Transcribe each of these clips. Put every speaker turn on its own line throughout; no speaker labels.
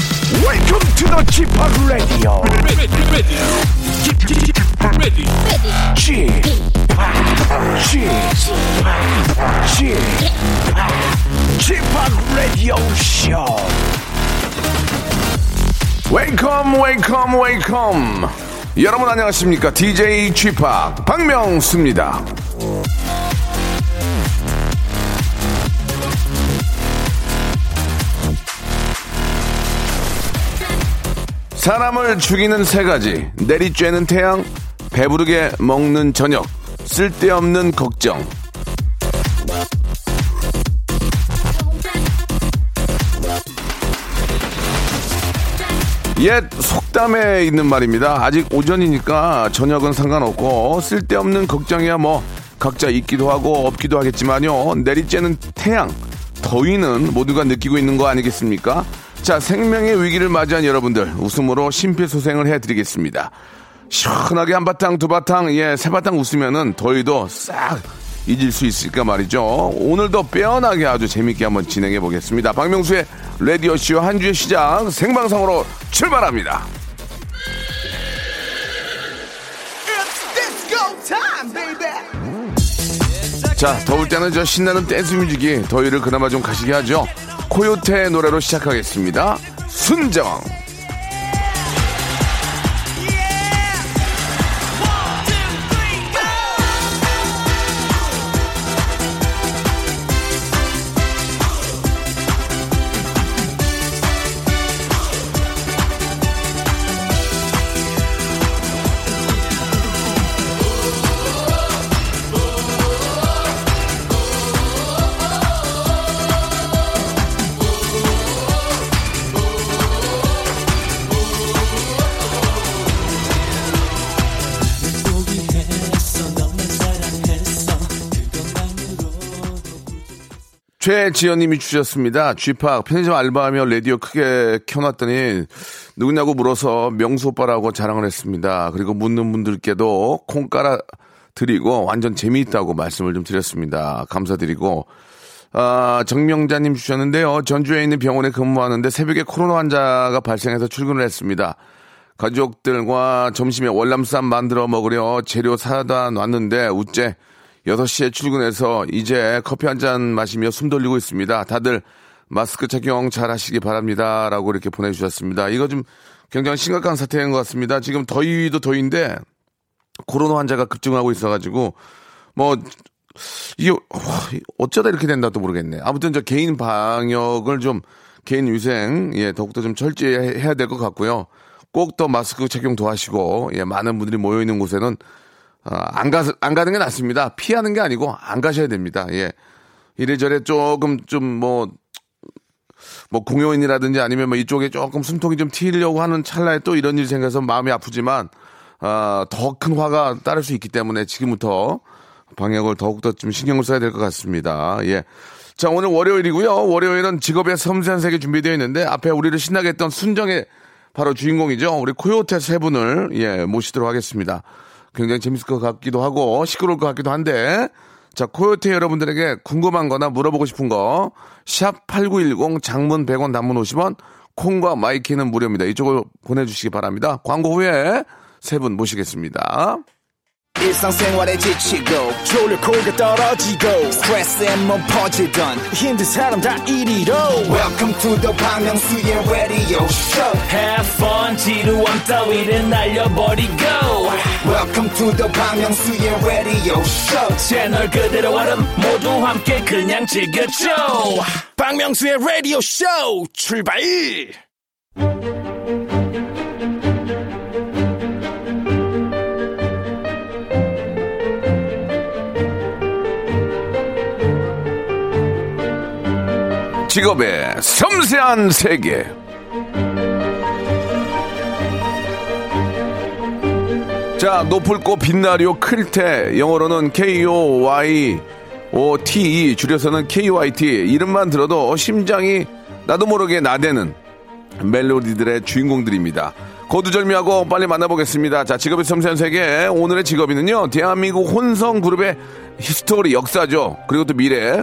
Welcome to the g p o p Radio.
ready, ready, ready,
g p o p g p o p Radio Show. Welcome, Welcome, Welcome. 여러분 안녕하십니까? DJ g p o p 박명수입니다. 사람을 죽이는 세 가지 내리쬐는 태양 배부르게 먹는 저녁 쓸데없는 걱정 옛 속담에 있는 말입니다. 아직 오전이니까 저녁은 상관없고 쓸데없는 걱정이야 뭐 각자 있기도 하고 없기도 하겠지만요. 내리쬐는 태양, 더위는 모두가 느끼고 있는 거 아니겠습니까? 자, 생명의 위기를 맞이한 여러분들 웃음으로 심폐소생을 해드리겠습니다. 시원하게 한 바탕, 두 바탕, 예, 세 바탕 웃으면은 더위도 싹 잊을 수 있을까 말이죠. 오늘도 빼어나게 아주 재밌게 한번 진행해 보겠습니다. 박명수의 라디오 쇼한 주의 시작 생방송으로 출발합니다. 자, 더울 때는 저 신나는 댄스 뮤직이 더위를 그나마 좀 가시게 하죠. 코요태의 노래로 시작하겠습니다. 순정. 최지연님이 주셨습니다. 쥐팍 편의점 알바하며 라디오 크게 켜놨더니 누구냐고 물어서 명수 오빠라고 자랑을 했습니다. 그리고 묻는 분들께도 콩 깔아 드리고 완전 재미있다고 말씀을 좀 드렸습니다. 감사드리고 아, 정명자님 주셨는데요. 전주에 있는 병원에 근무하는데 새벽에 코로나 환자가 발생해서 출근을 했습니다. 가족들과 점심에 월남쌈 만들어 먹으려 재료 사다 놨는데 우째 6시에 출근해서 이제 커피 한 잔 마시며 숨 돌리고 있습니다. 다들 마스크 착용 잘 하시기 바랍니다. 라고 이렇게 보내주셨습니다. 이거 좀 굉장히 심각한 사태인 것 같습니다. 지금 더위도 더위인데 코로나 환자가 급증하고 있어가지고 뭐 이게 와, 어쩌다 이렇게 된다도 모르겠네. 아무튼 저 개인 방역을 좀 개인 위생 예 더욱더 좀 철저히 해- 해야 될 것 같고요. 꼭 더 마스크 착용도 하시고 예 많은 분들이 모여 있는 곳에는 아, 안 가, 안 가는 게 낫습니다. 피하는 게 아니고 안 가셔야 됩니다. 예. 이래저래 조금 좀 뭐 뭐 공연이라든지 아니면 뭐 이쪽에 조금 숨통이 좀 튀려고 하는 찰나에 또 이런 일이 생겨서 마음이 아프지만 아, 더 큰 화가 따를 수 있기 때문에 지금부터 방역을 더욱더 좀 신경을 써야 될 것 같습니다. 예. 자, 오늘 월요일이고요. 월요일은 직업의 섬세한 세계 준비되어 있는데 앞에 우리를 신나게 했던 순정의 바로 주인공이죠. 우리 코요태 세 분을 예, 모시도록 하겠습니다. 굉장히 재밌을 것 같기도 하고 시끄러울 것 같기도 한데 자, 코요태 여러분들에게 궁금한 거나 물어보고 싶은 거, 샵8910 장문 100원 단문 50원, 콩과 마이키는 무료입니다. 이쪽으로 보내주시기 바랍니다. 광고 후에 세 분 모시겠습니다.
일상생활에 지치고, 졸려 코가 떨어지고, 스트레스에 몸 퍼지던, 힘든 사람 다 이리로. welcome to the Bang Myung-soo's radio show
Have fun 지루함 따위를 날려버리고
welcome to the Bang Myung-soo's radio show
채널 그대로 얼음 모두 함께 그냥 즐겨줘
박명수의 라디오 쇼 출발
직업의 섬세한 세계. 자, 높을 꽃 빛나리오 클테 영어로는 KOY OTE E, 줄여서는 KYT 이름만 들어도 심장이 나도 모르게 나대는 멜로디들의 주인공들입니다. 거두절미하고 빨리 만나보겠습니다. 자, 직업의 섬세한 세계. 오늘의 직업인은요, 대한민국 혼성 그룹의 히스토리 역사죠. 그리고 또 미래,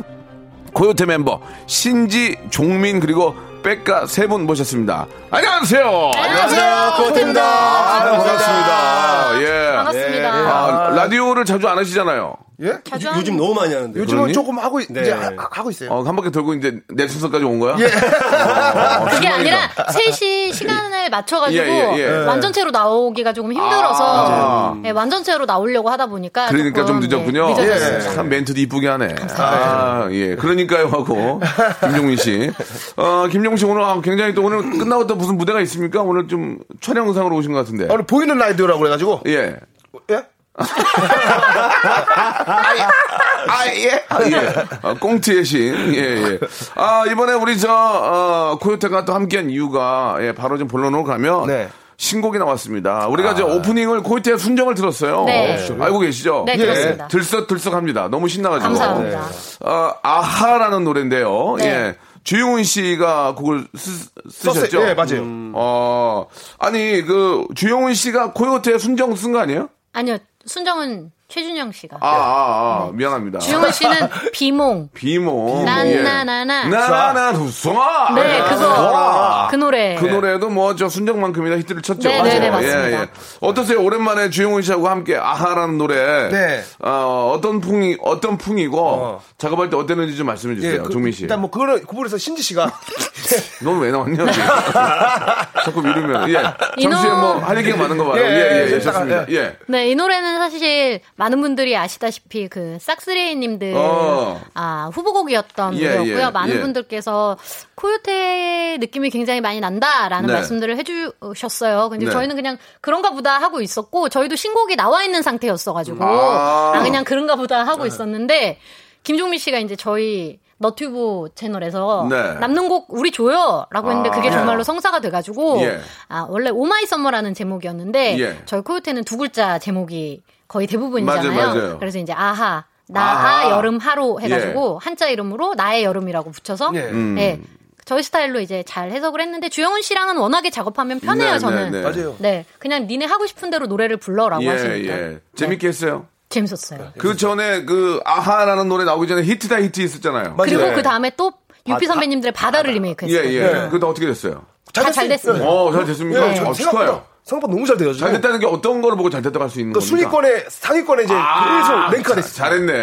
코요태 멤버 신지 종민 그리고 백가 세 분 모셨습니다. 안녕하세요.
안녕하세요.
코트입니다. 아, 반갑습니다. 예.
반갑습니다.
아, 라디오를 자주 안 하시잖아요.
예?
자주
요즘 너무 많이 하는데.
요즘은
그러니?
조금 하고 있, 이제 아,
네.
하- 하고 있어요.
어, 한 바퀴 돌고 이제 내 순서까지 온 거야? 어,
그게 아니라 셋이 시간을 맞춰가지고
예, 예, 예.
완전체로 나오기가 조금 힘들어서 예, 완전체로 나오려고 하다 보니까
그러니까 좀
아, 조금,
늦었군요.
예,
예.
늦어졌습니다.
참 멘트도 이쁘게 하네. 아, 예. 그러니까요 하고 김종민 씨. 어, 김종민 씨 오늘 아, 굉장히 또 오늘 끝나고 또 무슨 무대가 있습니까? 오늘 좀 촬영 영상으로 오신 것 같은데.
오늘 보이는 라디오라고 그래가지고
예.
예?
아, 예. 아, 예. 아, 꽁트의 신. 예, 예. 아, 이번에 우리 저, 어, 코요태가 또 함께한 이유가, 예, 바로 좀 본론으로 가면.
네. 아.
신곡이 나왔습니다. 우리가 저 오프닝을 코요태의 순정을 들었어요.
네.
알고 계시죠?
예.
예.
네, 그렇습니다.
들썩들썩합니다. 너무 신나가지고.
감사합니다.
어, 아하라는 노래인데요.
네.
예. 주영훈 씨가 곡을 쓰, 쓰셨죠?
썼어요. 예, 맞아요.
어, 아니, 그, 주영훈 씨가 코요태의 순정 쓴 거 아니에요?
아니요, 순정은 최준영 씨가.
아, 아, 아. 미안합니다.
주영은 씨는 비몽.
비모. 예.
나나나나.
나나나 우승아.
네, 그거. 그 노래.
그 노래도 뭐 저 순정만큼이나 히트를 쳤죠.
네, 네, 네,
맞아요. 예,
맞습니다.
어떠세요? 오랜만에 주영훈 씨하고 함께 아하라는 노래.
네.
어, 어떤 풍이 어떤 풍이고 작업할 때 어땠는지 좀 말씀해 주세요,
그-
예, 종민 씨.
일단 뭐 그걸 구분해서 신지 씨가
너는 왜 나왔냐? 지금. 자꾸 미루면. 예. 정수에
이놈.
뭐할 얘기가 많은 거 봐요.
예,
예, 예, 예,
예,
좋습니다.
이따가,
예.
네, 이 노래는 사실 많은 분들이 아시다시피 그 싹스레이님들
어.
아 후보곡이었던
예,
노래였고요.
예,
많은
예.
분들께서 코요태 느낌이 굉장히 많이 난다라는
네.
말씀들을 해주셨어요. 근데
네.
저희는 그냥 그런가 보다 하고 있었고 저희도 신곡이 나와 있는 상태였어가지고
아. 네.
아, 그냥 그런가 보다 하고 있었는데 김종민 씨가 이제 저희 너튜브 채널에서
네.
남는 곡 우리 줘요라고 했는데 그게
아.
정말로 성사가 돼가지고
예.
아 원래 오마이 썸머라는 제목이었는데
예.
저희 코요태는 두 글자 제목이 거의 대부분이잖아요.
맞아요, 맞아요.
그래서 이제 아하, 나하,
아하. 예.
여름, 하로 해가지고 한자 이름으로 나의 여름이라고 붙여서
예.
예.
음.
저희 스타일로 이제 잘 해석을 했는데 주영훈 씨랑은 워낙에 작업하면
네,
편해요
네,
저는.
네.
네,
예, 맞아요.
그냥 니네 하고 싶은 대로 노래를
아,
불러라고
예,
하시니까
네.
네.
예. 재밌게 했어요.
재밌었어요.
그 전에 그 아하라는 노래 나오기 전에 히트다 히트 있었잖아요.
그리고
네.
그 다음에 또 유피 선배님들의
아,
바다를
예,
리메이크했어요.
예. 그거 어떻게 됐어요?
다 잘 됐습니다.
어, 잘 됐습니까?
네. 예,
어,
저
축하해요.
생각보다 생각보다 너무 잘 돼가지고
잘 됐다는 게 어떤 거를 보고 잘 됐다고 할 수 있는
네. 그
겁니까? 아,
순위권에 상위권에 이제 계속 랭크가 됐어요. 아,
잘했네.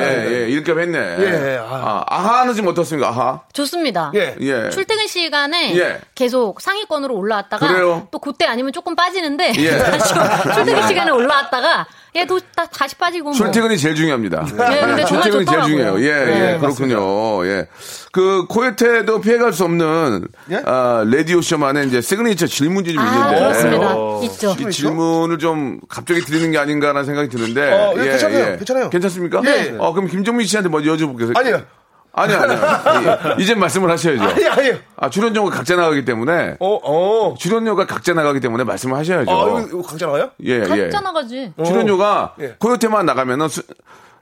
예, 예. 일값 했네.
예,
아.
아.
아하는 지금 어떻습니까? 아하.
좋습니다.
예.
예.
출퇴근 시간에
예.
계속 상위권으로 올라왔다가
그래요?
또 그때 아니면 조금 빠지는데
예.
다시 출퇴근 시간에 올라왔다가 얘도 다, 다시 빠지고 뭐.
출퇴근이 제일 중요합니다.
네, 근데 정말
출퇴근이 제일
좋더라고요.
중요해요. 예,
네,
예, 그렇군요. 예. 그, 코요태도 피해갈 수 없는,
예?
아, 라디오쇼만의 이제 시그니처 질문지 좀
아
있는데.
그렇습니다. 있죠.
예. 어, 이 질문을 좀 갑자기 드리는 게 아닌가라는 생각이 드는데.
어, 예, 괜찮아요. 괜찮아요.
습니까
예.
어, 그럼 김종민 씨한테 먼저 여쭤볼게요.
아니요.
아니요, 아니요. 예. 이젠 말씀을 하셔야죠.
아니 아니요.
아, 출연료가 각자 나가기 때문에.
어 어.
출연료가 각자 나가기 때문에 말씀을 하셔야죠.
아 이거, 이거 각자 나와요?
예, 예.
각자 나가지.
출연료가
예.
코요태만 나가면은 수-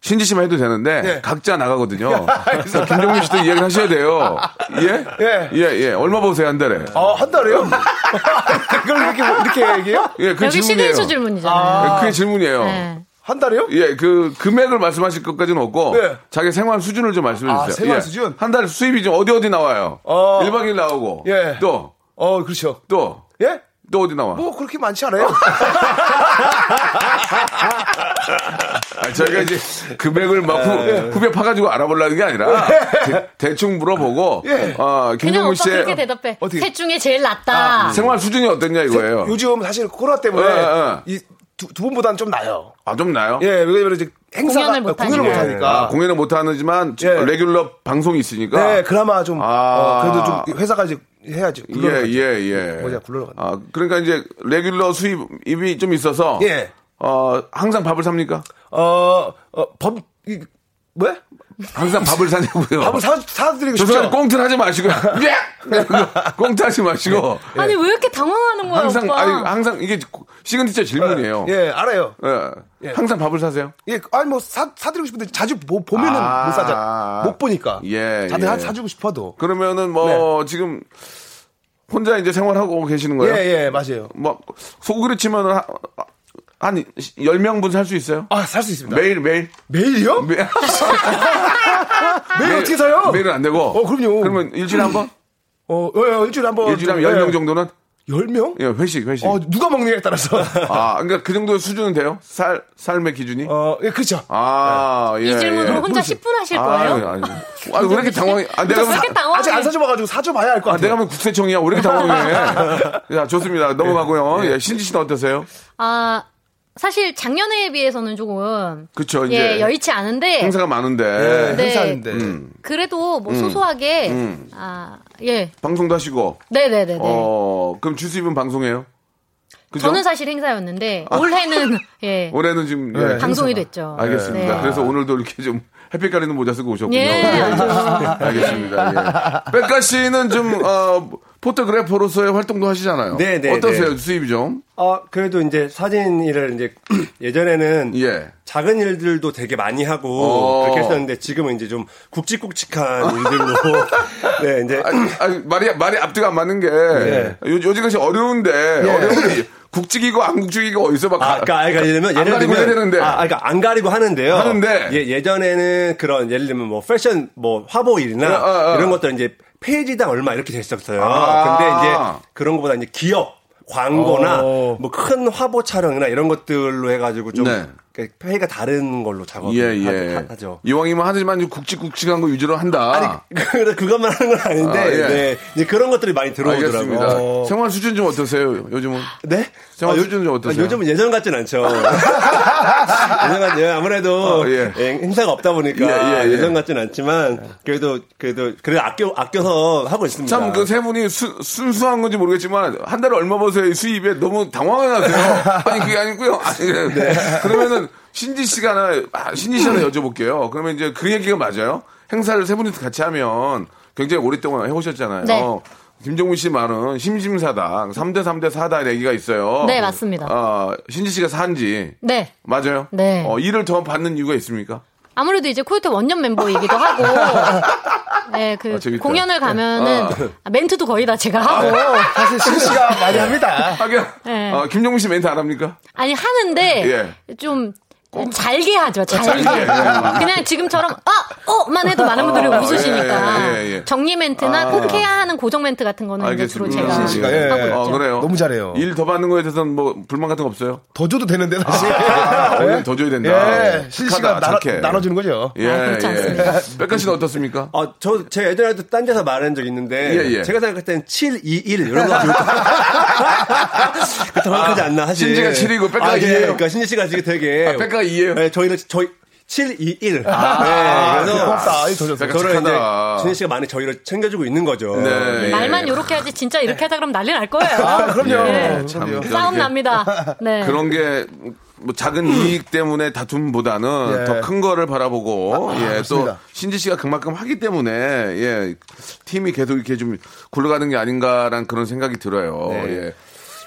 신지 씨만 해도 되는데
예. 아,
각자 나가거든요. 그래서 김종민 씨도 이야기를 하셔야 돼요. 예?
예.
예, 예. 얼마 보세요, 한 달에?
아한 달에요? 그걸 이렇게 이렇게 얘기해요?
예, 그게
여기
질문이에요.
시그니처 질문이잖아요.
예, 그게 질문이에요.
네.
한 달에요?
예, 그 금액을 말씀하실 것까지는 없고
네.
자기 생활 수준을 좀 말씀해 주세요.
아, 생활
예.
수준?
한 달 수입이 좀 어디 어디 나와요?
어.
1박 2일 나오고.
예.
또
어 그렇죠.
또.
예?
또 어디 나와?
뭐 그렇게 많지 않아요?
아, 저희가 이제 금액을
네.
막 후, 후배 파가지고 알아보려는 게 아니라 대, 충 물어보고
예.
어, 아, 네.
그냥
김종민
오빠
씨의
그렇게 대답해.
어떻게-
셋 중에 제일 낫다.
생활 수준이 어땠냐 이거예요.
요즘 사실 코로나 때문에
예, 예.
이두 두 분보다는 좀 나요.
아, 좀 나요?
예, 왜냐면 이제 행사가
공연을 못
공연을 못
하니까.
하니까.
아, 공연을 못 하지만
예.
레귤러 방송이 있으니까
네, 그나마 좀
예. 아.
어, 그래도 좀 회사가 이제 해야지.
예,
굴러가야지.
예, 예.
뭐냐, 굴러가네.
아, 그러니까 이제 레귤러 수입이 좀 있어서
예.
어, 항상 밥을 삽니까?
어, 어, 법, 이, 뭐야?
항상 밥을 사냐고요.
밥을 사, 사드리고
죄송한데
싶죠?
꽁트 하지 마시고. 예! 꽁트 하지 마시고.
예.
아니 왜 이렇게 당황하는 거야
네. 항상
오빠?
아니 항상 이게 시그니처 질문이에요.
예, 알아요.
예. 항상 밥을 사세요?
예, 아니 뭐 사, 사드리고 싶은데 자주 보, 보면은
아.
못 사잖아. 못 보니까.
예,
다들
예.
한 사주고 싶어도.
그러면은 뭐 지금 혼자 이제 생활하고 계시는 거예요?
네. 예, 예, 맞아요.
막 소그릇 치면은 한 10명분 살 수 있어요?
아, 살 수 있습니다.
매일 매일
매일이요?
매-
매일 어떻게 사요?
매일은 안 되고.
어, 그럼요.
그러면 일주일에 한 번?
어, 어, 일주일에 한 번. 예.
일주일에 한 10명 정도는?
10명?
예, 회식, 회식.
어, 누가 먹느냐에 따라서.
아, 그러니까 그 정도 수준은 돼요? 살, 삶의 기준이?
어, 예, 그렇죠.
아, 예.
이 질문을
예.
혼자 10분 하실
아유,
거예요?
아니, 아니, 왜 이렇게 당황해? 아, 내가
왜
하면,
이렇게 당황해?
아직 안 사줘봐가지고 사줘봐야 알 것
아,
같아요.
내가 하면 국세청이야. 왜 이렇게 당황해? 야, 좋습니다. 넘어가고요. 예, 신지 씨는 어떠세요?
아, 사실 작년에 비해서는 조금
그쵸, 이제.
예, 여의치 않은데
행사가 많은데.
예,
네.
행사인데.
음.
그래도 뭐 소소하게 아, 예.
방송도 하시고.
네, 네, 네, 네.
음. 어, 그럼 주수입은 방송해요? 그죠? 아.
저는 사실 행사였는데 올해는 예.
올해는 지금 예.
네.
방송이 됐죠.
알겠습니다.
네.
그래서 오늘도 이렇게 좀 햇빛 가리는 모자 쓰고 오셨군요.
예.
알겠습니다. 예. 백가 씨는 좀 어, 포토그래퍼로서의 활동도 하시잖아요.
네, 네,
어떠세요?
네.
수입이 좀?
아, 그래도 이제 사진 일을 이제 예전에는
예.
작은 일들도 되게 많이 하고
어.
그렇게 했었는데 지금은 이제 좀 굵직굵직한 일들로 네, 이제
아니, 아니, 말이 말이 앞뒤가 안 맞는 게
네.
요, 요즘 같이 어려운데 어려운데 국직이고 안 국직이고 어디서 막
아, 그러니까 아예 가리려면
안
예를
가리고 해야
들면
되는데.
아, 그러니까 안 가리고 하는데요.
하는데.
예, 예전에는 그런 예를 들면 뭐 패션 뭐 화보 일이나
아, 아, 아.
이런 것들은 이제 페이지당 얼마 이렇게 됐었어요.
아.
근데 이제 그런 것보다 이제 기업 광고나
어.
뭐 큰 화보 촬영이나 이런 것들로 해가지고 좀
네.
그러니까 페이가 다른 걸로 작업을
예,
하-
예.
하- 하죠.
이왕이면 하지만 국직국직한 거 유지로 한다.
그- 그것만 하는 건 아닌데
아, 예.
네, 이제 그런 것들이 많이 들어오더라고요.
알겠습니다. 생활 수준 좀 어떠세요? 요즘은?
네?
생활 수준은 어떠세요?
아, 요즘은 예전 같진 않죠. 예전 같, 예, 아무래도
어, 예.
예, 행사가 없다 보니까
예,
예,
예, 예.
전 같진 않지만 그래도 그래도 그래도 아껴 아껴서 하고 있습니다.
참 그 세 분이 수- 순수한 건지 모르겠지만 한 달에 얼마 버세요 이 수입에 너무 당황하세요. 아니 그게 아니고요. 아니, 네.
네.
그러면은 신지 씨가 하나 아, 신지 씨 하나 여쭤볼게요. 그러면 이제 그 얘기가 맞아요. 행사를 세 분이 같이 하면 굉장히 오랫동안 해오셨잖아요.
네.
김종민 씨 말은 심심사당 3대 3대 4다 얘기가 있어요.
네, 맞습니다.
어, 신지 씨가 산지
네.
맞아요.
네.
어, 일을 더 받는 이유가 있습니까?
아무래도 이제 코요태 원년 멤버이기도 하고, 네, 그
아, 재밌다. 아.
공연을 가면은 아, 멘트도 거의 다 제가 하고,
사실 실시가 많이 합니다.
하긴
네.
어, 김종민 씨 멘트 안 합니까?
아니 하는데 좀 잘게 하죠, 잘게.
예. 어? 아, 잘게, 예.
그냥 지금처럼 아, 어만 해도 많은 분들이
아,
웃으시니까
예, 예, 예.
정리 멘트나
아.
꼭 해야 하는 고정 멘트 같은 거는 아, 이제 주로
알겠습니다.
제가
씨가, 예.
하고 있죠.
어, 그래요.
너무 잘해요.
일 더 받는 거에 대해서는 뭐 불만 같은 거 없어요?
더 줘도 되는데 사실.
아,
네.
예.
오히려 더 줘야 된다.
예,
착하다,
실시가 나눠,
착해.
나눠주는 거죠.
예,
아, 그렇지 않습니다.
예. 백가 씨는 어떻습니까?
아, 저, 제 예전에도 딴 데서 말한 적 있는데,
예, 예.
제가 생각할 때는 7, 2, 1, 이런 거. 그 정확하지 않나, 하지.
신지가 칠이고 백가가
아, 예,
이예요.
그러니까 신지 씨가 지금 되게.
아, 백가가 이예요?
네, 저희는, 저희, 7, 2, 1.
아,
네, 그래서.
고맙다. 저, 저, 저.
백가
저를 이제,
착하다.
신지 씨가 많이 저희를 챙겨주고 있는 거죠.
네, 아, 예.
말만 이렇게 하지 진짜 이렇게 하다 그럼 난리 날 거예요.
그럼요. 그럼요.
참,
예.
저렇게
싸움 납니다. 네.
네. 그런 게. 뭐 작은 이익 때문에 다툼보다는
예. 아,
더 큰 거를 바라보고 예, 또
맞습니다.
신지 씨가 그만큼 하기 때문에 예, 팀이 계속 이렇게 좀 굴러가는 게 아닌가란 그런 생각이 들어요.
네.
예.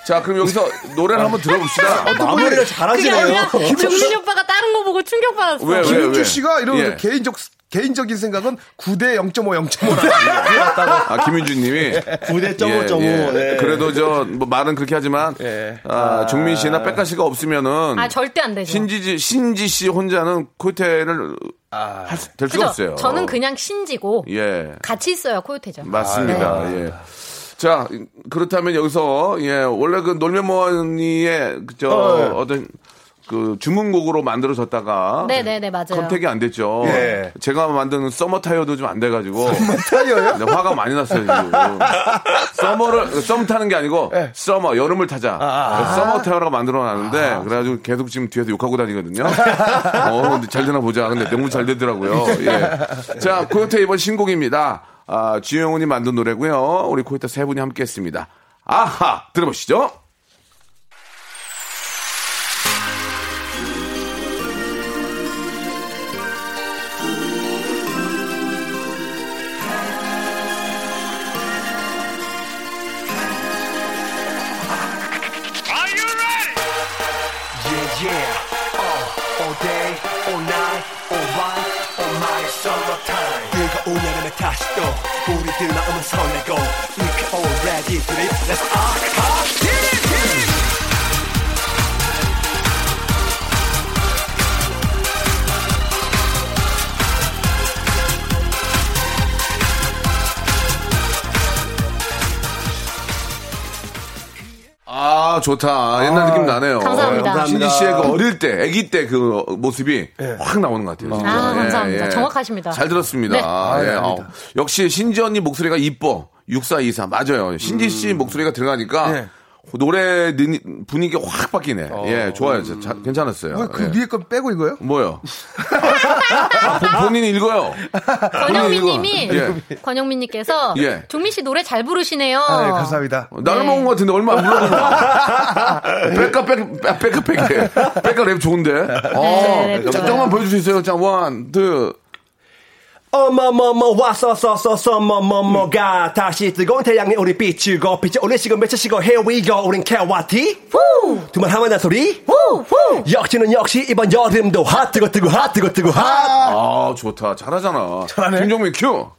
자, 그럼 여기서 노래를 한번
아,
들어봅시다.
마무리를
그게
잘하시네요.
아니라 종민 오빠가 다른 거 보고 충격받았어.
왜, 왜?
김민주 씨가 이런
예.
개인적 개인적인 생각은 9대 0.5,
예.
0.5라고.
아, 김윤주님이
9대.5.5.
예, 예.
네.
그래도 저 뭐 말은 그렇게 하지만
예.
아, 종민 씨나 백가 씨가 없으면은
아 절대 안 되죠.
신지 신지 씨 혼자는 코요태를 할 수- 될 수가
그죠?
없어요.
저는 그냥 신지고
예
같이 있어야 코요태죠.
맞습니다. 예. 자 그렇다면 여기서 예 원래 그 놀면모니의 저 어, 떤그 주문곡으로 만들어졌다가
네네네 맞아요.
컨택이 안 됐죠.
예.
제가 만드는 서머 타이어도 좀 안 돼가지고
타이어요?
근데 화가 많이 났어요. 지금. 서머를 썸 타는 게 아니고
예.
서머 여름을 타자.
아,
서머 타이어라고 만들어놨는데 그래가지고 계속 지금 뒤에서 욕하고 다니거든요. 어, 근데 잘 되나 보자. 근데 너무 잘 되더라고요. 예. 자, 코요태 이번 신곡입니다. 아, 주영훈이 만든 노래고요. 우리 코요태 세 분이 함께했습니다. 아하 들어보시죠. 아, 좋다. 옛날 느낌 나네요.
감사합니다.
예, 신지 씨의 그 어릴 때, 아기 때 그 모습이 확 나오는 것 같아요. 진짜. 예,
아, 감사합니다. 정확하십니다.
잘 들었습니다.
네.
예, 아우. 역시 신지 언니 목소리가 이뻐. 6424. 맞아요. 신지 씨 목소리가 들어가니까 노래 는- 분위기가 확 바뀌네. 예, 좋아요. 자, 자, 괜찮았어요.
왜그
예.
위에 건 빼고 이거요?
뭐요? 아, 본- 본인이 읽어요.
권영민 님이,
이거.
권영민 님께서,
예.
종민 씨 노래 잘 부르시네요.
아, 예, 감사합니다.
어, 나를
네.
먹은 것 같은데 얼마 안 불러도 백과 백, 백- 백과 백이래. 백과 랩 좋은데.
네,
어,
네,
자, 조금만 보여줄 수 있어요. 자, 원, 투.
어머머머 왔어서서서머머머가 다시 뜨거운 태양이 우리 비추고 빛이 올리시고 맺히시고 Here we go 우린 캐와티 두말 하만한 소리 역시는 역시 이번 여름도 핫 뜨거 뜨거 핫 뜨거 뜨거 핫
아, 좋다. 잘하잖아.
잘하네.
김종민 큐.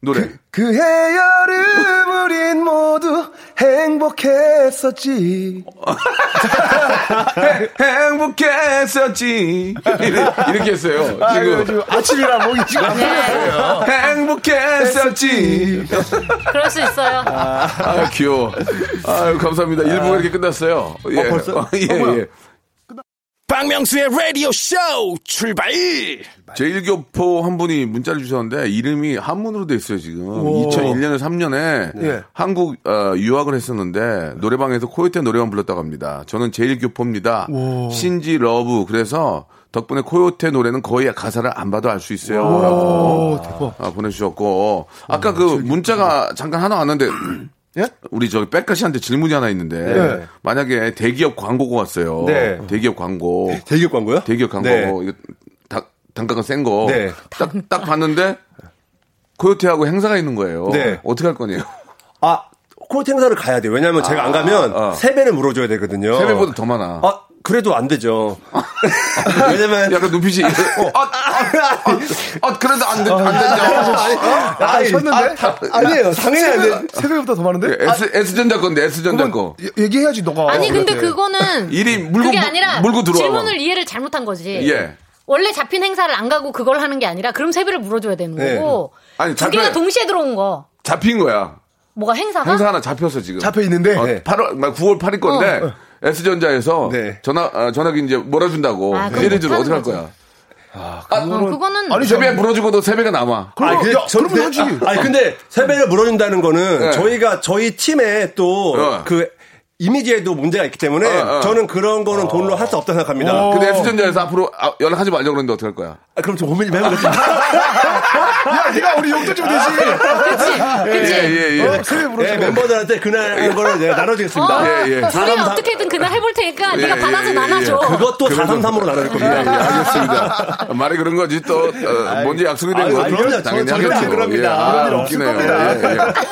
노래.
그 해여름 우린 모두 행복했었지.
그, 아. 행복했었지. 이렇게, 이렇게 했어요.
아, 이거
지금.
지금 아침이라 목이 지금 안 풀렸어요.
행복했었지.
네. 그럴 수 있어요.
아, 귀여워. 아유, 감사합니다. 일부가 이렇게 끝났어요. 예. 벌써? 예, 예.
박명수의 라디오 쇼 출발
제1교포 한 분이 문자를 주셨는데 이름이 한문으로 돼 있어요 지금 2001년에 3년에 한국 어, 유학을 했었는데 노래방에서 코요태 노래만 불렀다고 합니다 저는 제1교포입니다 신지 러브 그래서 덕분에 코요태 노래는 거의 가사를 안 봐도 알 수 있어요 라고 아, 보내주셨고 아까 그 문자가 잠깐 하나 왔는데
예?
우리 저기 백가시한테 질문이 하나 있는데
네.
만약에 대기업 광고가 왔어요
네.
대기업 광고
대기업 광고요?
대기업 광고
네.
이거 다- 단가가 센 거.
네.
딱, 딱 봤는데 코요태하고 행사가 있는 거예요.
네.
어떻게 할 거냐?
아 코요태 행사를 가야 돼요 왜냐면 제가 안 가면
어.
세배를 물어줘야 되거든요
세배보다 더 많아.
아 네. 그래도 안 되죠 왜냐면
약간 눈빛이 어, 아, 아, 아, 아, 그래도 안 돼. 안 된다.
약간 쳤는데?
아, 니에요 당연히 안 되죠
새벽- 새벽보다 더 많은데? 예,
S S전자 건데 S전자 거.
얘- 얘기해야지, 너가.
어,
아니, 근데 그거는.
네. 일이 물고
그게 아니라
물고 들어와.
질문을 이해를 잘못한 거지.
예.
원래 잡힌 행사를 안 가고 그걸 하는 게 아니라 그럼 세배를 물어줘야 되는
네.
거고
아니,
두 개가
잡혀-
동시에 들어온 거
잡힌 거야.
뭐가 행사가
행사 하나 잡혔어 지금.
잡혀 있는데.
어,
네.
8월 9월 8일 건데 S전자에서
네.
전화 아, 전화기 이제 몰아준다고.
아, 그럼
예를 들어
못하는
어떻게 할
거지.
거야? 아, 음,
어, 그거는
아니,
세배 물어주고도 세배가 남아.
그럼, 뭐,
근데
야,
저-
그러면 하지.
아니, 근데 세배를 물어준다는 거는
네.
저희가 저희 팀에 또
어.
그 이미지에도 문제가 있기 때문에
어, 어.
저는 그런 거는 돈으로 할 수 없다고 생각합니다.
근데 S전자에서 앞으로 아, 연락하지 말자 그러는데 어떻게 할 거야?
아, 그럼 좀 고민 좀 해보겠습니다.
아.
야, 네가 우리 용돈 주면 되지.
그치
예, 예.
어, 새벽 물어주고.
네, 멤버들한테 그날 한 거를 네, 나눠주겠습니다.
어,
예, 예.
둘이 어떻게든 그날 해볼 테니까
예,
네가
예,
받아서
예,
나눠줘
예.
그것도 433으로 나눠줄
예, 예,
겁니다.
알겠습니다. 말이 그런 거지 또 어, 뭔지 약속이 된
아유,
거.
그럼요. 저- 저는
뭐.
그럽니다.
예, 아,
그런 일
없을 겁니다.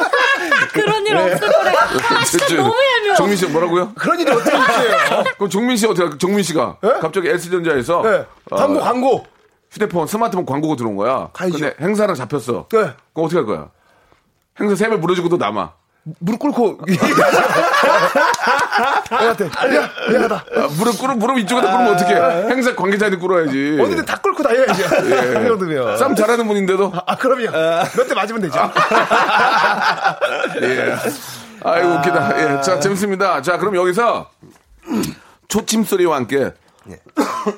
그런 일 없을 거래 아 진짜 너무 얄미워
종민 씨 뭐라고요? 아,
그런 일이 어떻게 있어요?
그럼 종민 씨 어떻게 할까? 종민 씨가 갑자기 S전자에서
네.
어,
광고, 광고.
휴대폰 스마트폰 광고가 들어온 거야.
가야죠.
근데 행사랑 잡혔어.
네.
그럼 어떻게 할 거야? 행사 세배 물어주고도 남아.
무릎 꿇고 얘기하지. 얘한테. 야, 미안하다.
아, 무릎 꿇으면 무릎 이쪽에다 꿇으면 어떡해? 행사 관계자한테 꿇어야지.
아, 예.
예.
어디든 다 꿇고 다녀야지. 그 정도면.
쌈 잘하는 분인데도
아, 그럼요.
네.
몇 대 맞으면 되죠.
예. 아이고, 웃기다. 예. 자, 재밌습니다. 자, 그럼 여기서 초침 소리와 함께.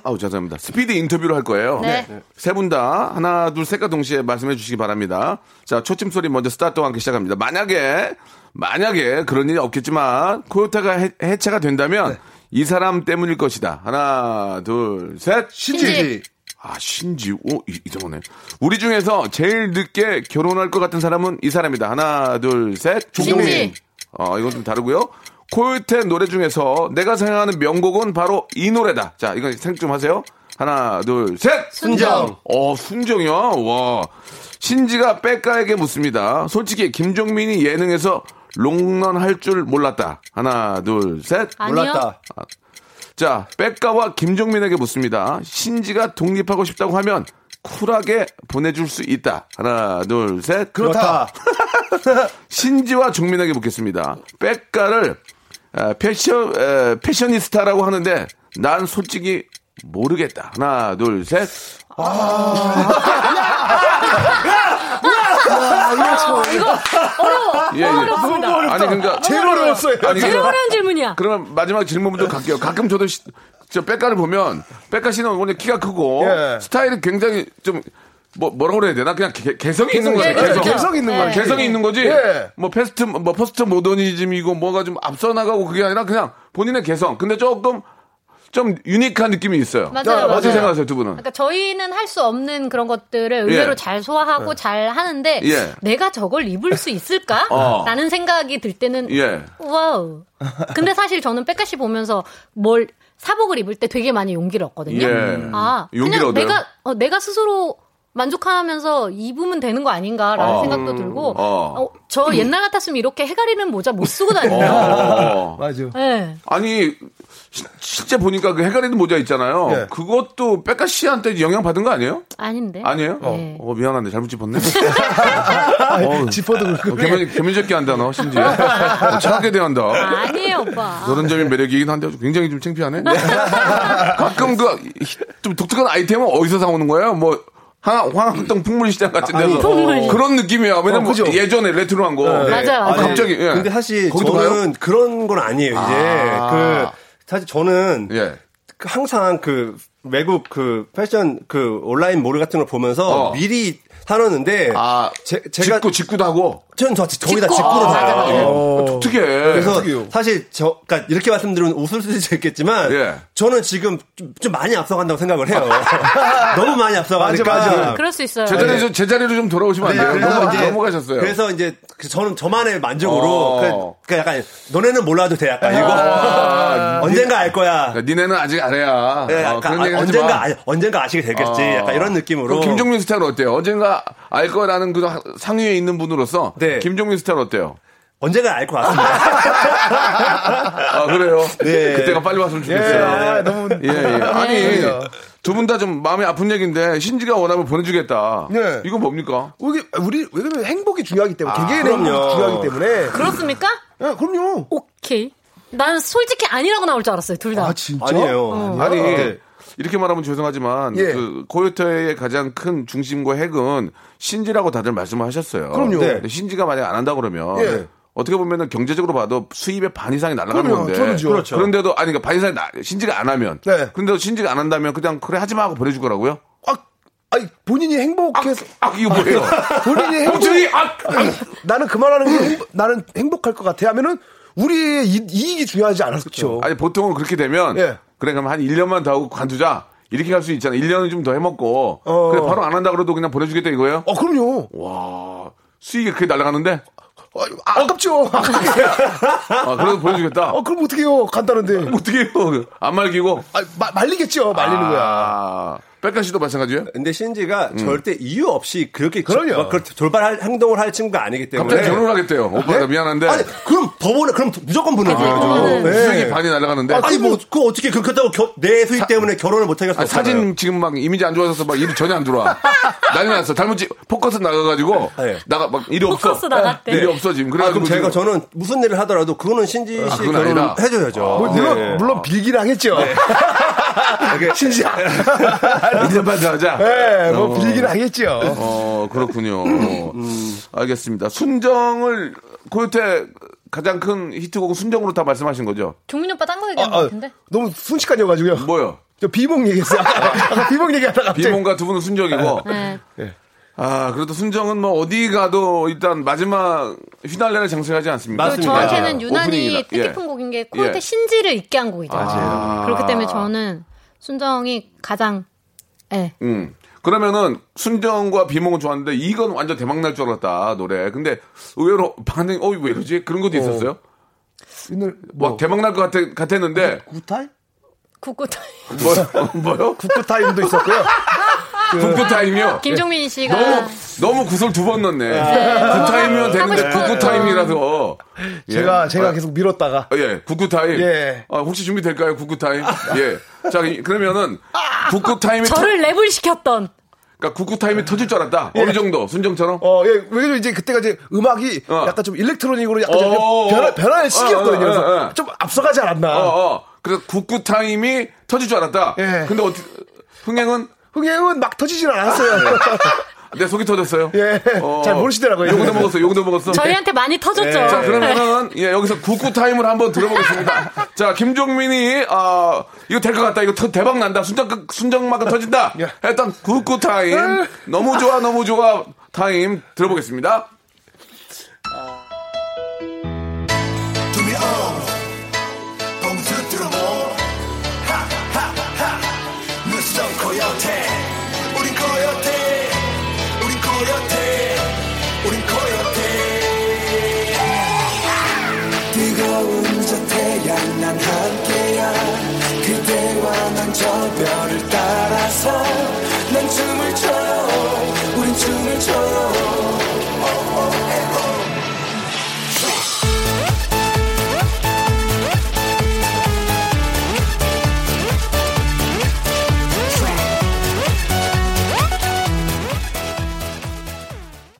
아우, 죄송합니다. 스피드 인터뷰를 할 거예요.
네.
세 분 다 하나, 둘, 셋과 동시에 말씀해 주시기 바랍니다. 자, 초침 소리 먼저 스타트와 함께 시작합니다. 만약에, 만약에 그런 일이 없겠지만, 코요타가 해, 해체가 된다면 이 사람 때문일 것이다. 하나, 둘, 셋.
신지.
아, 신지. 오, 이- 이상하네. 우리 중에서 제일 늦게 결혼할 것 같은 사람은 이 사람이다. 하나, 둘, 셋.
신지.
어, 이건 좀 다르고요. 코요태 노래 중에서 내가 생각하는 명곡은 바로 이 노래다. 자, 이건 생각 좀 하세요. 하나, 둘, 셋.
순정.
어, 순정이요? 와. 신지가 백가에게 묻습니다. 솔직히 김종민이 예능에서 롱런 할 줄 몰랐다. 하나, 둘, 셋.
아니요
자, 백가와 김종민에게 묻습니다. 신지가 독립하고 싶다고 하면 쿨하게 보내줄 수 있다. 하나, 둘, 셋.
그렇다.
신지와 종민에게 묻겠습니다. 백가를 에, 패션 에, 패셔니스타라고 하는데 난 솔직히 모르겠다. 하나, 둘, 셋.
어, 이거 어려워.
예, 예.
어렵습니다.
아니 그러니까
제일 어려웠어요.
아니
제일
그러니까
어려운 질문이야.
그럼 마지막 질문부터 갈게요. 가끔 저도 시, 저 백가를 보면 백가 씨는 원래 키가 크고
예.
스타일이 굉장히 좀 뭐, 뭐라고 그래야 되나? 그냥 개, 개성이 있는 거예요.
예, 그렇죠.
개성.
개성 있는
예.
거지.
개성이 있는 거지.
예.
뭐 패스트 뭐 퍼스트 모더니즘이고 뭐가 좀 앞서 나가고 그게 아니라 그냥 본인의 개성. 근데 조금 좀 유니크한 느낌이 있어요.
맞아요, 맞아요.
어떻게 생각하세요, 두 분은?
그러니까 저희는 할 수 없는 그런 것들을 의외로
예.
잘 소화하고 잘 하는데
예.
내가 저걸 입을 수 있을까?
어.
라는 생각이 들 때는
예.
와우. 근데 사실 저는 백가씨 보면서 뭘 사복을 입을 때 되게 많이 용기를 얻거든요.
예.
아,
용기를
그냥
얻어요?
내가 어, 내가 스스로 만족하면서 입으면 되는 거 아닌가라는
어.
생각도 들고
어.
어, 저 옛날 같았으면 이렇게 해가리는 모자 못 쓰고 다닌다.
어.
맞아.
예.
아니 시- 실제 보니까 그 해가리는 모자 있잖아요.
예.
그것도 백가 씨한테 영향 받은 거 아니에요?
아닌데.
아니에요?
예.
어, 미안한데 잘못 짚었네.
아니, 짚어도 그렇고.
개면 개면적게 한다 너 심지어 어, 차갑게 대한다.
아니에요, 오빠.
그런 점이 매력이긴 한데 굉장히 좀 창피하네. 가끔 그 좀 독특한 아이템은 어디서 사오는 거예요? 뭐 하나 황학동 풍물시장 같은 데서
풍물시장.
그런 느낌이야. 왜냐면
어, 그죠?
예전에 레트로한 거.
네.
맞아요, 맞아요.
아, 갑자기. 예.
근데 사실
거기도
저는
가요?
그런 건 아니에요, 이제.
아.
그, 사실 저는
예.
그 항상 그 외국 그 패션 그 온라인 몰 같은 걸 보면서
어.
미리 사놓는데
아,
제, 제가
직구 직구도 하고. 어,
저는 저 거기다
직구.
직구로
아,
사요.
맞아,
예.
네. 독특해.
그래서
특이해요.
사실 저 그러니까 이렇게 말씀드리면 웃을 수도 있겠지만
예.
저는 지금 좀, 좀 많이 앞서간다고 생각을 해요. 너무 많이 앞서가니까.
맞아.
그렇죠.
그럴 수 있어요.
제자리로, 좀- 제자리로 좀 돌아오시면 안
네,
돼요.
그래서
넘어,
이제-
넘어가셨어요.
그래서 이제 그 저는 저만의 만족으로
어.
그, 그 약간 너네는 몰라도 돼 약간 이거
아.
언젠가 알 거야.
야, 그러니까 니네는 아직 아래야.
예,
어,
약간
그런
아,
얘기 하지
언젠가
마.
아, 언젠가 아시게 되겠지.
아.
약간 이런
그럼
느낌으로.
김종민 스타일 어때요? 언젠가 알 거라는 그 하- 상위에 있는 분으로서
네.
김종민 스타일 어때요?
언젠가 알 것 같습니다.
아 그래요?
네. 네.
그때가 빨리 왔으면
예,
좋겠어요.
아, 너무.
예, 예. 아니 두 분 다 좀 마음이 아픈 얘기인데 신지가 원하면 보내주겠다.
네.
예.
이건 뭡니까?
우리, 우리, 왜냐면 행복이 중요하기 때문에, 개개인의
그럼요.
행복이 중요하기 때문에.
그렇습니까?
예, 그럼요.
오케이. 난 솔직히 아니라고 나올 줄 알았어요, 둘 다.
아, 진짜?
아니에요.
아니
네.
이렇게 말하면 죄송하지만
예.
그 코요태의 가장 큰 중심과 핵은 신지라고 다들 말씀하셨어요.
그럼요.
네.
근데 신지가 만약 안 한다 그러면
예.
어떻게 보면은 경제적으로 봐도 수입의 반 이상이 날아가는
그럼요.
건데.
저는요. 그렇죠.
런데도 아니 그러니까 반 이상이 나- 신지가 안 하면.
네.
그런데도 신지가 안 한다면 그냥 그래 하지 마 하고 보내줄 거라고요?
아, 아니, 본인이 행복해서.
아 이거 뭐예요?
본인이
봉준이
행복해.
아
나는 그만하는 게 행복- 나는 행복할 것 같아 하면은 우리의 이, 이익이 중요하지 않았죠.
아니 보통은 그렇게 되면
예.
그래 그럼 한 1년만 더 하고 관두자. 이렇게 갈 수 있잖아. 1년은 좀 더 해먹고.
어.
그래 바로 안 한다 그래도 그냥 보내주겠다 이거예요?
어, 그럼요.
와 수익이 그렇게 날아가는데?
어, 아, 아깝죠.
아, 그래도 보여주겠다.
어, 그럼 어떡해요. 간단한데.
어떻게 해요? 안 말기고?
아, 마- 말리겠죠. 말리는 거야.
아, 백가 씨도 마찬가지예요?
근데 신지가
음.
절대 이유 없이 그렇게
그럼요.
저- 막 그렇게 돌발 행동을 할 친구가 아니기 때문에 네.
갑자기 결혼하겠대요. 오빠 나 미안한데.
아니 그럼 더 보내 그럼 무조건 보내줘야죠.
그거는-
네.
아, 수익이 반이 날아가는데.
아니 뭐 그 어떻게 그렇다고 겨- 내 수입 때문에 결혼을 못 하게
아, 사진 지금 막 이미지 안 좋아져서 막 일이 전혀 안 들어와. 난리 났어. 잘못 찍, 포커스 나가가지고.
네.
나가, 막 일이 없어.
포커스 나갔대.
일이 없어, 지금.
아, 그럼
그래가지고.
제가
지금
저는 무슨 일을 하더라도 그거는 신지 씨
그건
결혼을
아니다.
해줘야죠.
어,
뭐,
네.
물론, 물론 빌기를 하겠죠.
네.
신지야.
일년만 더 하자.
예, 뭐,
어.
빌기를 하겠죠.
어, 그렇군요. 알겠습니다. 순정을, 고요태 가장 큰 히트곡은 순정으로 다 말씀하신 거죠?
종민 오빠 딴 거 얘기한 것
아,
같은데?
너무 순식간이어가지고요.
뭐요?
저 비몽 얘기했어요. 아까 비몽 얘기하다가 갑자기.
비몽과 두 분은 순정이고.
네.
아, 그래도 순정은 뭐 어디 가도 일단 마지막 휘날레를 장식하지 않습니까?
그리고
맞습니다.
그렇죠. 저한테는
아, 오프닝이라-
유난히
예.
뜻깊은 곡인 게 코요태
예.
신지를 있게 한 곡이죠.
맞아요.
그렇기 때문에 저는 순정이 가장 예.
음. 그러면은 순정과 비몽은 좋았는데 이건 완전 대박 날 줄 알았다 노래. 근데 의외로 반응 어이 왜 이러지? 그런 것도 있었어요.
오늘
뭐, 대박 날 것 같, 같았는데
구타임?
국고 타-
뭐, 뭐요?
구타임도 있었고요.
국구 타임이요.
김종민 씨가
예. 너무 너무 구슬 두 번 넣네. 국구 타임이면 되는데
하고 싶어요.
국구 타임이라서 예.
제가, 제가 계속 밀었다가.
아, 예, 국구 타임.
예. 아.
아, 혹시 준비될까요? 국구 타임. 예. 자, 이- 그러면은 국구 타임이 터,
저를 랩을 시켰던
그러니까 국구 타임이 터질 줄 알았다. 어느 정도 순정처럼.
예. 어, 예, 왜냐면 이제 그때가 이제 음악이
어.
약간 좀 일렉트로닉으로 약간 좀
어,
변화,
어.
변화의
어, 어,
시기였거든요.
어,
그래서
어.
좀 앞서가지 않았나.
어, 어. 그래서 국구 타임이 터질 줄 알았다.
예.
근데 어떻게 흥행은 네.
흥행은 막 터지진 않았어요.
내 속이 터졌어요.
예. 잘 모르시더라고요.
욕도 먹었어, 욕도 먹었어.
저희한테 많이 터졌죠. 네.
자, 그러면은, 예, 여기서 구구 타임을 한번 들어보겠습니다. 자, 김종민이, 아, 이거 될 것 같다. 이거 터- 대박 난다. 순정, 순정만큼 터진다. 일단 구구 타임. 너무 좋아, 너무 좋아. 타임 들어보겠습니다.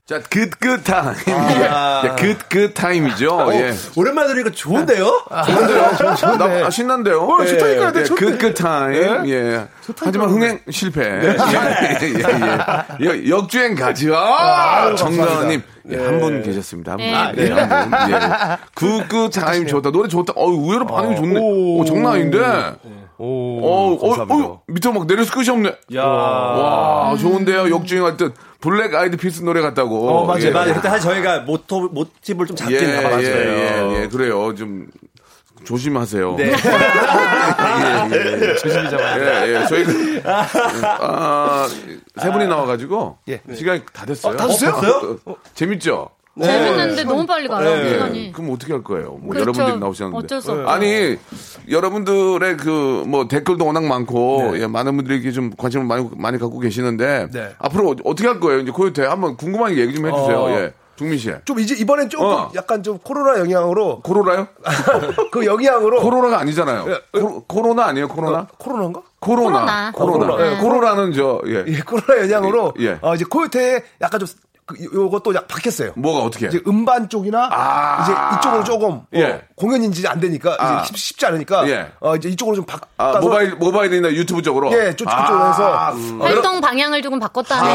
자, 굿굿 타임. 예, 굿굿 타임이죠. 예.
뭐
아,
오랜만에 들으니까 좋은데요?
나, 아, 신난데요? 어,
좋다니까요, 네,
그 타임. 예. 하지만 흥행 실패.
네.
예, 예, 예, 예. 역, 주행 가지요.
아,
정다은님. 예,
예.
한 분 계셨습니다. 한 분.
예.
네, 한 분. 예. 그, 그 타임 좋다. 노래 좋다. 어우, 의외로 반응이 좋네. 오, 장난 아닌데? 어,
아, 예. 오,
어,
감사합니다.
어, 밑에 막 내려서 끝이 없네.
야.
와, 좋은데요. 역주행할 듯. 블랙 아이드 피스 노래 같다고.
어, 맞아요.
예.
맞아요. 그때 사실 저희가 모토, 모집을 좀
예,
잡긴
예,
잡았어요.
예, 예, 그래요. 좀 조심하세요.
네.
예, 예. 조심히 잡아요. 예, 예. 저희가 아, 세 분이 나와가지고 시간이 다 됐어요.
다 됐어요?
어, 벌써? 어, 재밌죠? 예.
재밌는데 너무 빨리 가요 네. 시간이.
그럼 어떻게 할 거예요? 뭐
그렇죠.
여러분들이 나오시는데 예.
어쩔 수 없죠.
아니 여러분들의 그 뭐 댓글도 워낙 많고 예, 많은 분들이 이렇게 좀 관심을 많이 많이 갖고 계시는데
네.
앞으로 어- 어떻게 할 거예요? 이제 코요태 한번 궁금한 얘기 좀 해주세요.
어.
예, 종민 씨.
좀 이제 이번엔 조금
어.
약간 좀 코로나 영향으로
코로나요?
그 영향으로
코로나가 아니잖아요.
예,
코로, 코로나 아니에요, 코로나?
코로나인가?
코로나.
코로나.
코로나.
코로나.
예, 코로나는 저, 예.
예, 코로나 영향으로
예, 예.
어, 이제 코요태에 약간 좀 그, 요- 요것도 약 바뀌었어요.
뭐가 어떻게?
이제 음반 쪽이나
아.
이제 이쪽으로 조금 어,
예.
공연이 이제 안 되니까
아.
이제 쉽- 쉽지 않으니까
예.
어, 이제 이쪽으로 좀 바꿔서
아, 모바일, 모바일이나 유튜브 쪽으로?
예, 저- 저쪽으로 해서. 어,
음.
활동 방향을 조금 바꿨다는
아,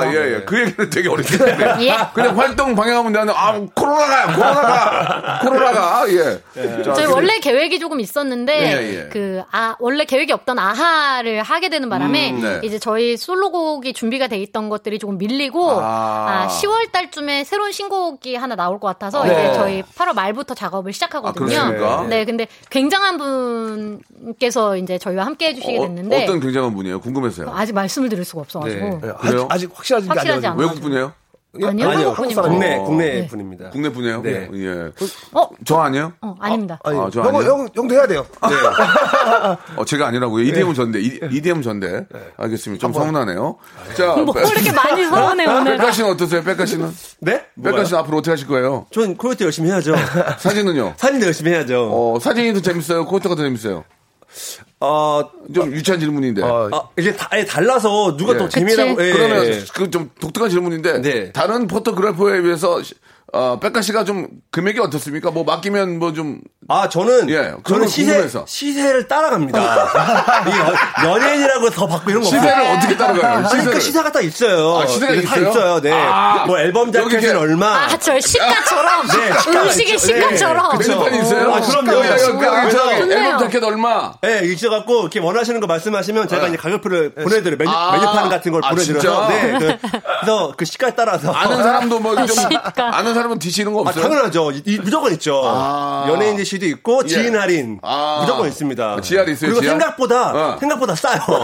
말씀입니다.
예, 예. 그 얘기는 되게 어렵겠네요.
네, 예.
그냥 활동 방향하면 나는, 아, 코로나가, 코로나가, 코로나가, 예. 자, 그래-
저희 원래 계획이 조금 있었는데
예, 예.
그 아 원래 계획이 없던 아하를 하게 되는 바람에
음, 네.
이제 저희 솔로곡이 준비가 돼 있던 것들이 조금 밀리고
아.
아, 10월 달쯤에 새로운 신곡이 하나 나올 것 같아서 이제 저희 8월 말부터 작업을 시작하거든요.
네. 아, 그렇습니까?
네, 근데 굉장한 분께서 이제 저희와 함께 해주시게
어,
됐는데
어떤 굉장한 분이에요? 궁금해서요.
아직 말씀을 드릴 수가 없어가지고
예, 아직-
그래요?
아직, 확실하지 않게
확실하지
아니어가지고.
외국 분이에요?
아니요,
아니요.
한국 분입니다.
한국
국내,
어.
국내 분입니다.
국내 분이에요?
네.
예.
어,
저 아니에요?
어, 아닙니다.
아니,
아, 저
영어,
아니에요? 네.
영어, 영도 해야 돼요.
어, 제가 아니라고요.
예.
EDM은 전데, EDM 전데. 알겠습니다. 좀 서운하네요.
아, 예.
자,
뭘 어, 이렇게 많이 서운해 오늘.
백가 씨는 어떠세요? 백가 씨는?
네?
백가
뭐가요?
씨는 앞으로 어떻게 하실 거예요?
전 코요태 열심히 해야죠.
사진은요?
사진도 열심히 해야죠.
어, 사진이 더 재밌어요? 코트가 더 재밌어요?
어,
좀 유치한 질문인데.
아, 이게 다, 아예 달라서 누가
예.
더 재미라고, 예.
그러면 그 좀 독특한 질문인데
네.
다른 포토그래퍼에 비해서 시- 어, 백가 씨가 좀 금액이 어떻습니까? 뭐 맡기면 뭐 좀
아, 저는,
예, 그건
저는 시세,
궁금해서.
시세를 따라갑니다. 이게 연- 연예인이라고 더 받고 이런 거
시세를
없어요.
어떻게 따라가요?
뭐 아니,
시세를
그러니까 시세가 다 있어요.
아, 시세가
이게 다
있어요?
있어요. 네.
아.
뭐 앨범
여기 이렇게-
자켓은 얼마?
아, 저 시가처럼
네, 시가가
음식의
있죠.
시가처럼.
네, 그렇죠.
메뉴판 있어요?
아, 그럼요.
야, 야, 야, 야, 저기
좋네요.
앨범 자켓 얼마?
예, 네, 있어갖고, 이렇게 원하시는 거 말씀하시면 제가 이제 가격표를 보내드려요. 메뉴,
아.
메뉴판 같은 걸
아, 진짜?
보내드려서. 네. 그, 그래서 그 시가에 따라서.
아는 사람도 뭐 좀
시가.
아는 사람은 뒤치는 거
아,
없어요?
당연하죠. 이, 이 무조건 있죠.
아.
연예인 DC도 있고, 지인 할인.
아.
무조건 있습니다.
GR 있어요,
그리고
GR?
생각보다,
어. 아,
생각보다 싸요.
그래요?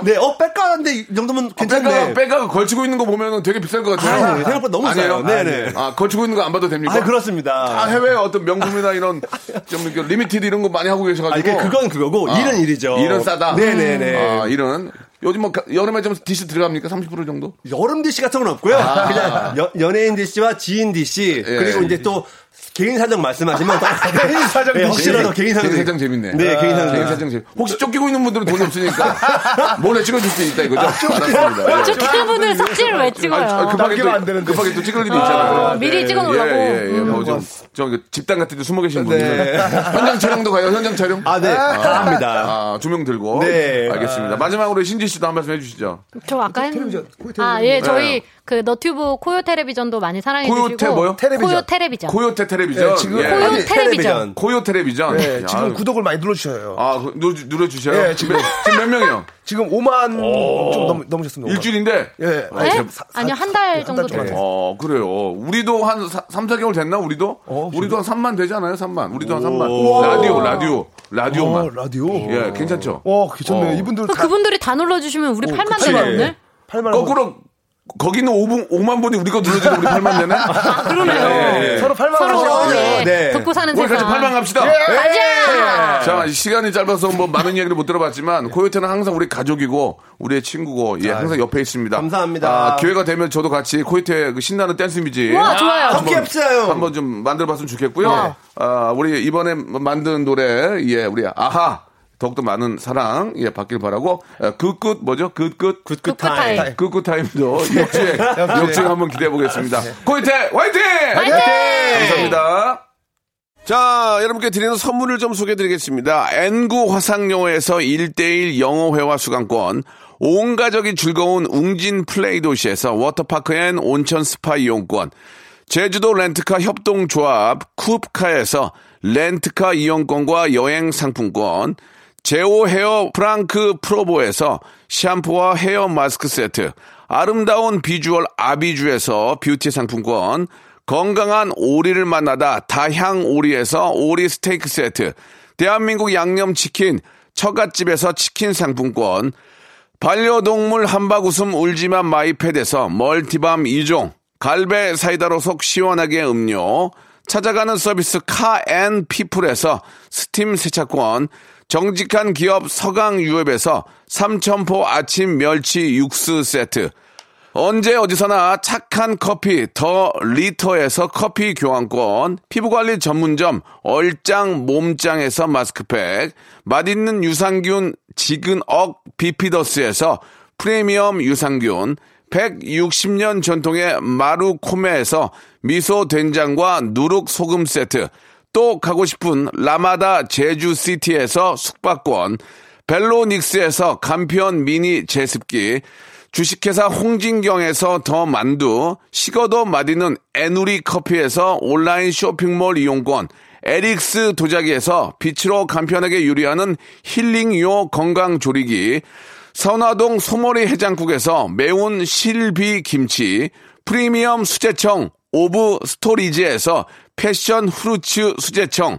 아,
네, 어, 빽가는데 이 정도면 괜찮네.
백가가, 백가가 걸치고 있는 거 보면 되게 비쌀 것 같아요.
아유, 생각보다 너무
아니에요?
싸요. 네네.
아, 걸치고 있는 거 안 봐도 됩니까?
아, 그렇습니다.
아, 해외 어떤 명품이나 이런 좀 이렇게 리미티드 이런 거 많이 하고
아,
계셔가지고.
이게 그건 그거고,
아,
일은 일이죠.
일은 싸다.
네네네.
아, 일은. 요즘 뭐 가- 여름에 좀 디스 들어갑니까? 30% 정도?
여름 DC 같은 건 없고요. 그냥 연- 연예인 DC와 지인 DC
아. 예.
그리고 이제 또 개인 사정 말씀하시면
개인 사정
네,
드시네.
혹시라도 개인 사정
개인 사정 재밌네. 아,
네, 개인 사정.
개인 사정 재밌. 혹시 쫓기고 있는 분들은 돈이 없으니까 몰래 찍어줄 수 있다 이거죠?
아,
알았습니다. 예.
저 캐분을 사진을 왜 찍어요?
아, 급하게
남기면
또,
안 되는데.
급하게 또 찍을 일이 있잖아요.
아, 미리 찍어 놓으라고.
예,
음.
예, 예. 뭐 좀, 저 집단 같은 데 숨어 계신 분들. 현장 촬영도 가요, 현장 촬영?
네. 아, 네. 다 합니다.
아, 두 명 들고.
네.
알겠습니다. 마지막으로 신지 씨도 한 말씀 해주시죠.
음, 저 아까 했는데. 아, 예, 저희 그 너튜브 코요 텔레비전도 많이 사랑해 주시고.
코요테 뭐요?
텔레비전.
코요 텔레비전.
코요테 텔레비전.
예, 지금
코요
아니,
텔레비전.
코요 텔레비전.
네,
야,
지금
예, 아유.
구독을 많이 눌러주셔요.
아, 그 누- 눌러주셔요?
예, 지금.
몇- 지금 몇 명이요?
지금 5만 좀 넘, 넘으셨습니다. 5만.
어. 일주일인데?
예. 네.
아,
네?
제-
아니요, 한 달 정도
정도.
됐어요.
어, 그래요. 우리도 한 3, 4개월 됐나, 우리도?
어,
우리도 한 3만 되지 않아요? 3만. 우리도 한 3만. 라디오, 라디오. 라디오만.
어, 라디오.
예, 괜찮죠?
어, 괜찮네.
어.
이분들
그럼
다
그분들이 다 눌러주시면 우리 8만
그치.
되나 오늘?
8만
거꾸로, 거기는 5분, 5만 번이 우리 거 눌러주고 우리 8만 되네?
아, 그러네요.
예.
서로 8만 원
서로
하시죠.
예,
네.
돕고 사는
우리
세상.
같이 8만 갑시다.
예,
가자!
자, 시간이 짧아서 뭐 많은 이야기를 못 들어봤지만 코요테는 항상 우리 가족이고 우리의 친구고 예, 항상 옆에 있습니다.
감사합니다.
아, 기회가 되면 저도 같이 코요테 그 신나는 댄스 뮤직
우와, 네. 좋아요.
함께 합시다요.
한번 좀 만들어 봤으면 좋겠고요. 아, 우리 이번에 만든 노래 예, 우리 아하 더욱더 많은 사랑 예, 받길 바라고 아, 굿굿 뭐죠? 그 굿굿
굿굿 타임.
굿굿 타임도 역주행 역주행 한번 기대해 보겠습니다. 코요테 화이팅!
화이팅!
감사합니다. 자, 여러분께 드리는 선물을 좀 소개해 드리겠습니다. N구 화상영어에서 1대1 영어회화 수강권, 온 가족이 즐거운 웅진 플레이 도시에서 워터파크 앤 온천 스파 이용권, 제주도 렌트카 협동조합 쿱카에서 렌트카 이용권과 여행 상품권, 제오 헤어 프랑크 프로보에서 샴푸와 헤어 마스크 세트, 아름다운 비주얼 아비주에서 뷰티 상품권, 건강한 오리를 만나다 다향 오리에서 오리 스테이크 세트, 대한민국 양념치킨 처갓집에서 치킨 상품권, 반려동물 한박 웃음 울지만 마이패드에서 멀티밤 2종, 갈배 사이다로 속 시원하게 음료, 찾아가는 서비스 카앤 피플에서 스팀 세차권, 정직한 기업 서강유업에서 삼천포 아침 멸치 육수 세트, 언제 어디서나 착한 커피 더 리터에서 커피 교환권 피부관리 전문점 얼짱 몸짱에서 마스크팩 맛있는 유산균 지근억 비피더스에서 프리미엄 유산균 160년 전통의 마루코메에서 미소 된장과 누룩 소금 세트 또 가고 싶은 라마다 제주시티에서 숙박권, 벨로닉스에서 간편 미니 제습기, 주식회사 홍진경에서 더 만두, 식어도 마디는 에누리 커피에서 온라인 쇼핑몰 이용권, 에릭스 도자기에서 빛으로 간편하게 요리하는 힐링요 건강조리기, 선화동 소머리 해장국에서 매운 실비 김치, 프리미엄 수제청 오브 스토리지에서 패션 후르츠 수제청,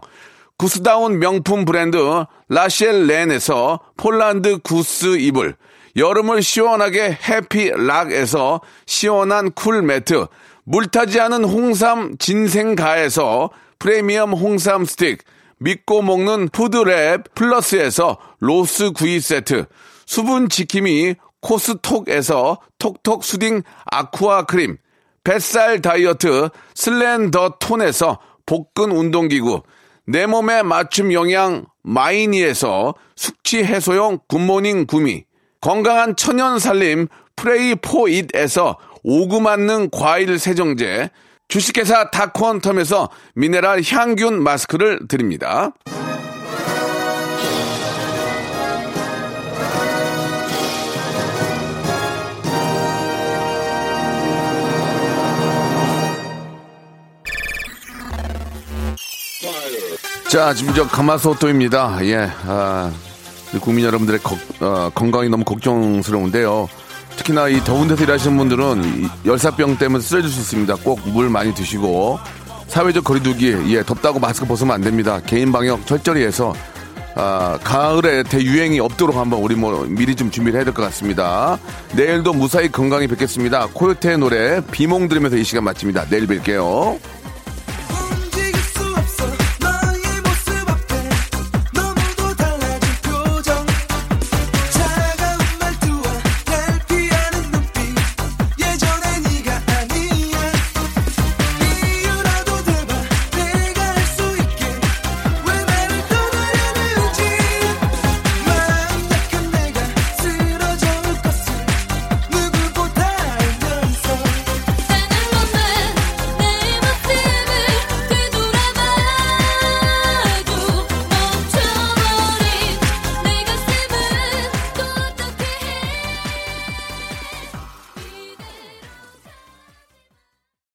구스다운 명품 브랜드 라셸 렌에서 폴란드 구스 이불, 여름을 시원하게 해피락에서 시원한 쿨 매트, 물타지 않은 홍삼 진생가에서 프리미엄 홍삼 스틱, 믿고 먹는 푸드랩 플러스에서 로스 구이 세트, 수분 지킴이 코스톡에서 톡톡 수딩 아쿠아 크림, 뱃살 다이어트 슬렌더 톤에서 복근 운동기구, 내 몸에 맞춤 영양 마이니에서 숙취 해소용 굿모닝 구미, 건강한 천연 살림 프레이 포잇에서 오구 맞는 과일 세정제, 주식회사 다콘텀에서 미네랄 향균 마스크를 드립니다. 자, 지금 저 가마솥도입니다. 예, 아, 우리 국민 여러분들의 거- 어, 건강이 너무 걱정스러운데요. 특히나 이 더운 데서 일하시는 분들은 이 열사병 때문에 쓰러질 수 있습니다. 꼭 물 많이 드시고 사회적 거리두기, 예, 덥다고 마스크 벗으면 안 됩니다. 개인 방역 철저히 해서 아, 가을에 대유행이 없도록 한번 우리 뭐 미리 좀 준비를 해야 될 것 같습니다. 내일도 무사히 건강히 뵙겠습니다. 코요태의 노래 비몽 들으면서 이 시간 마칩니다. 내일 뵐게요.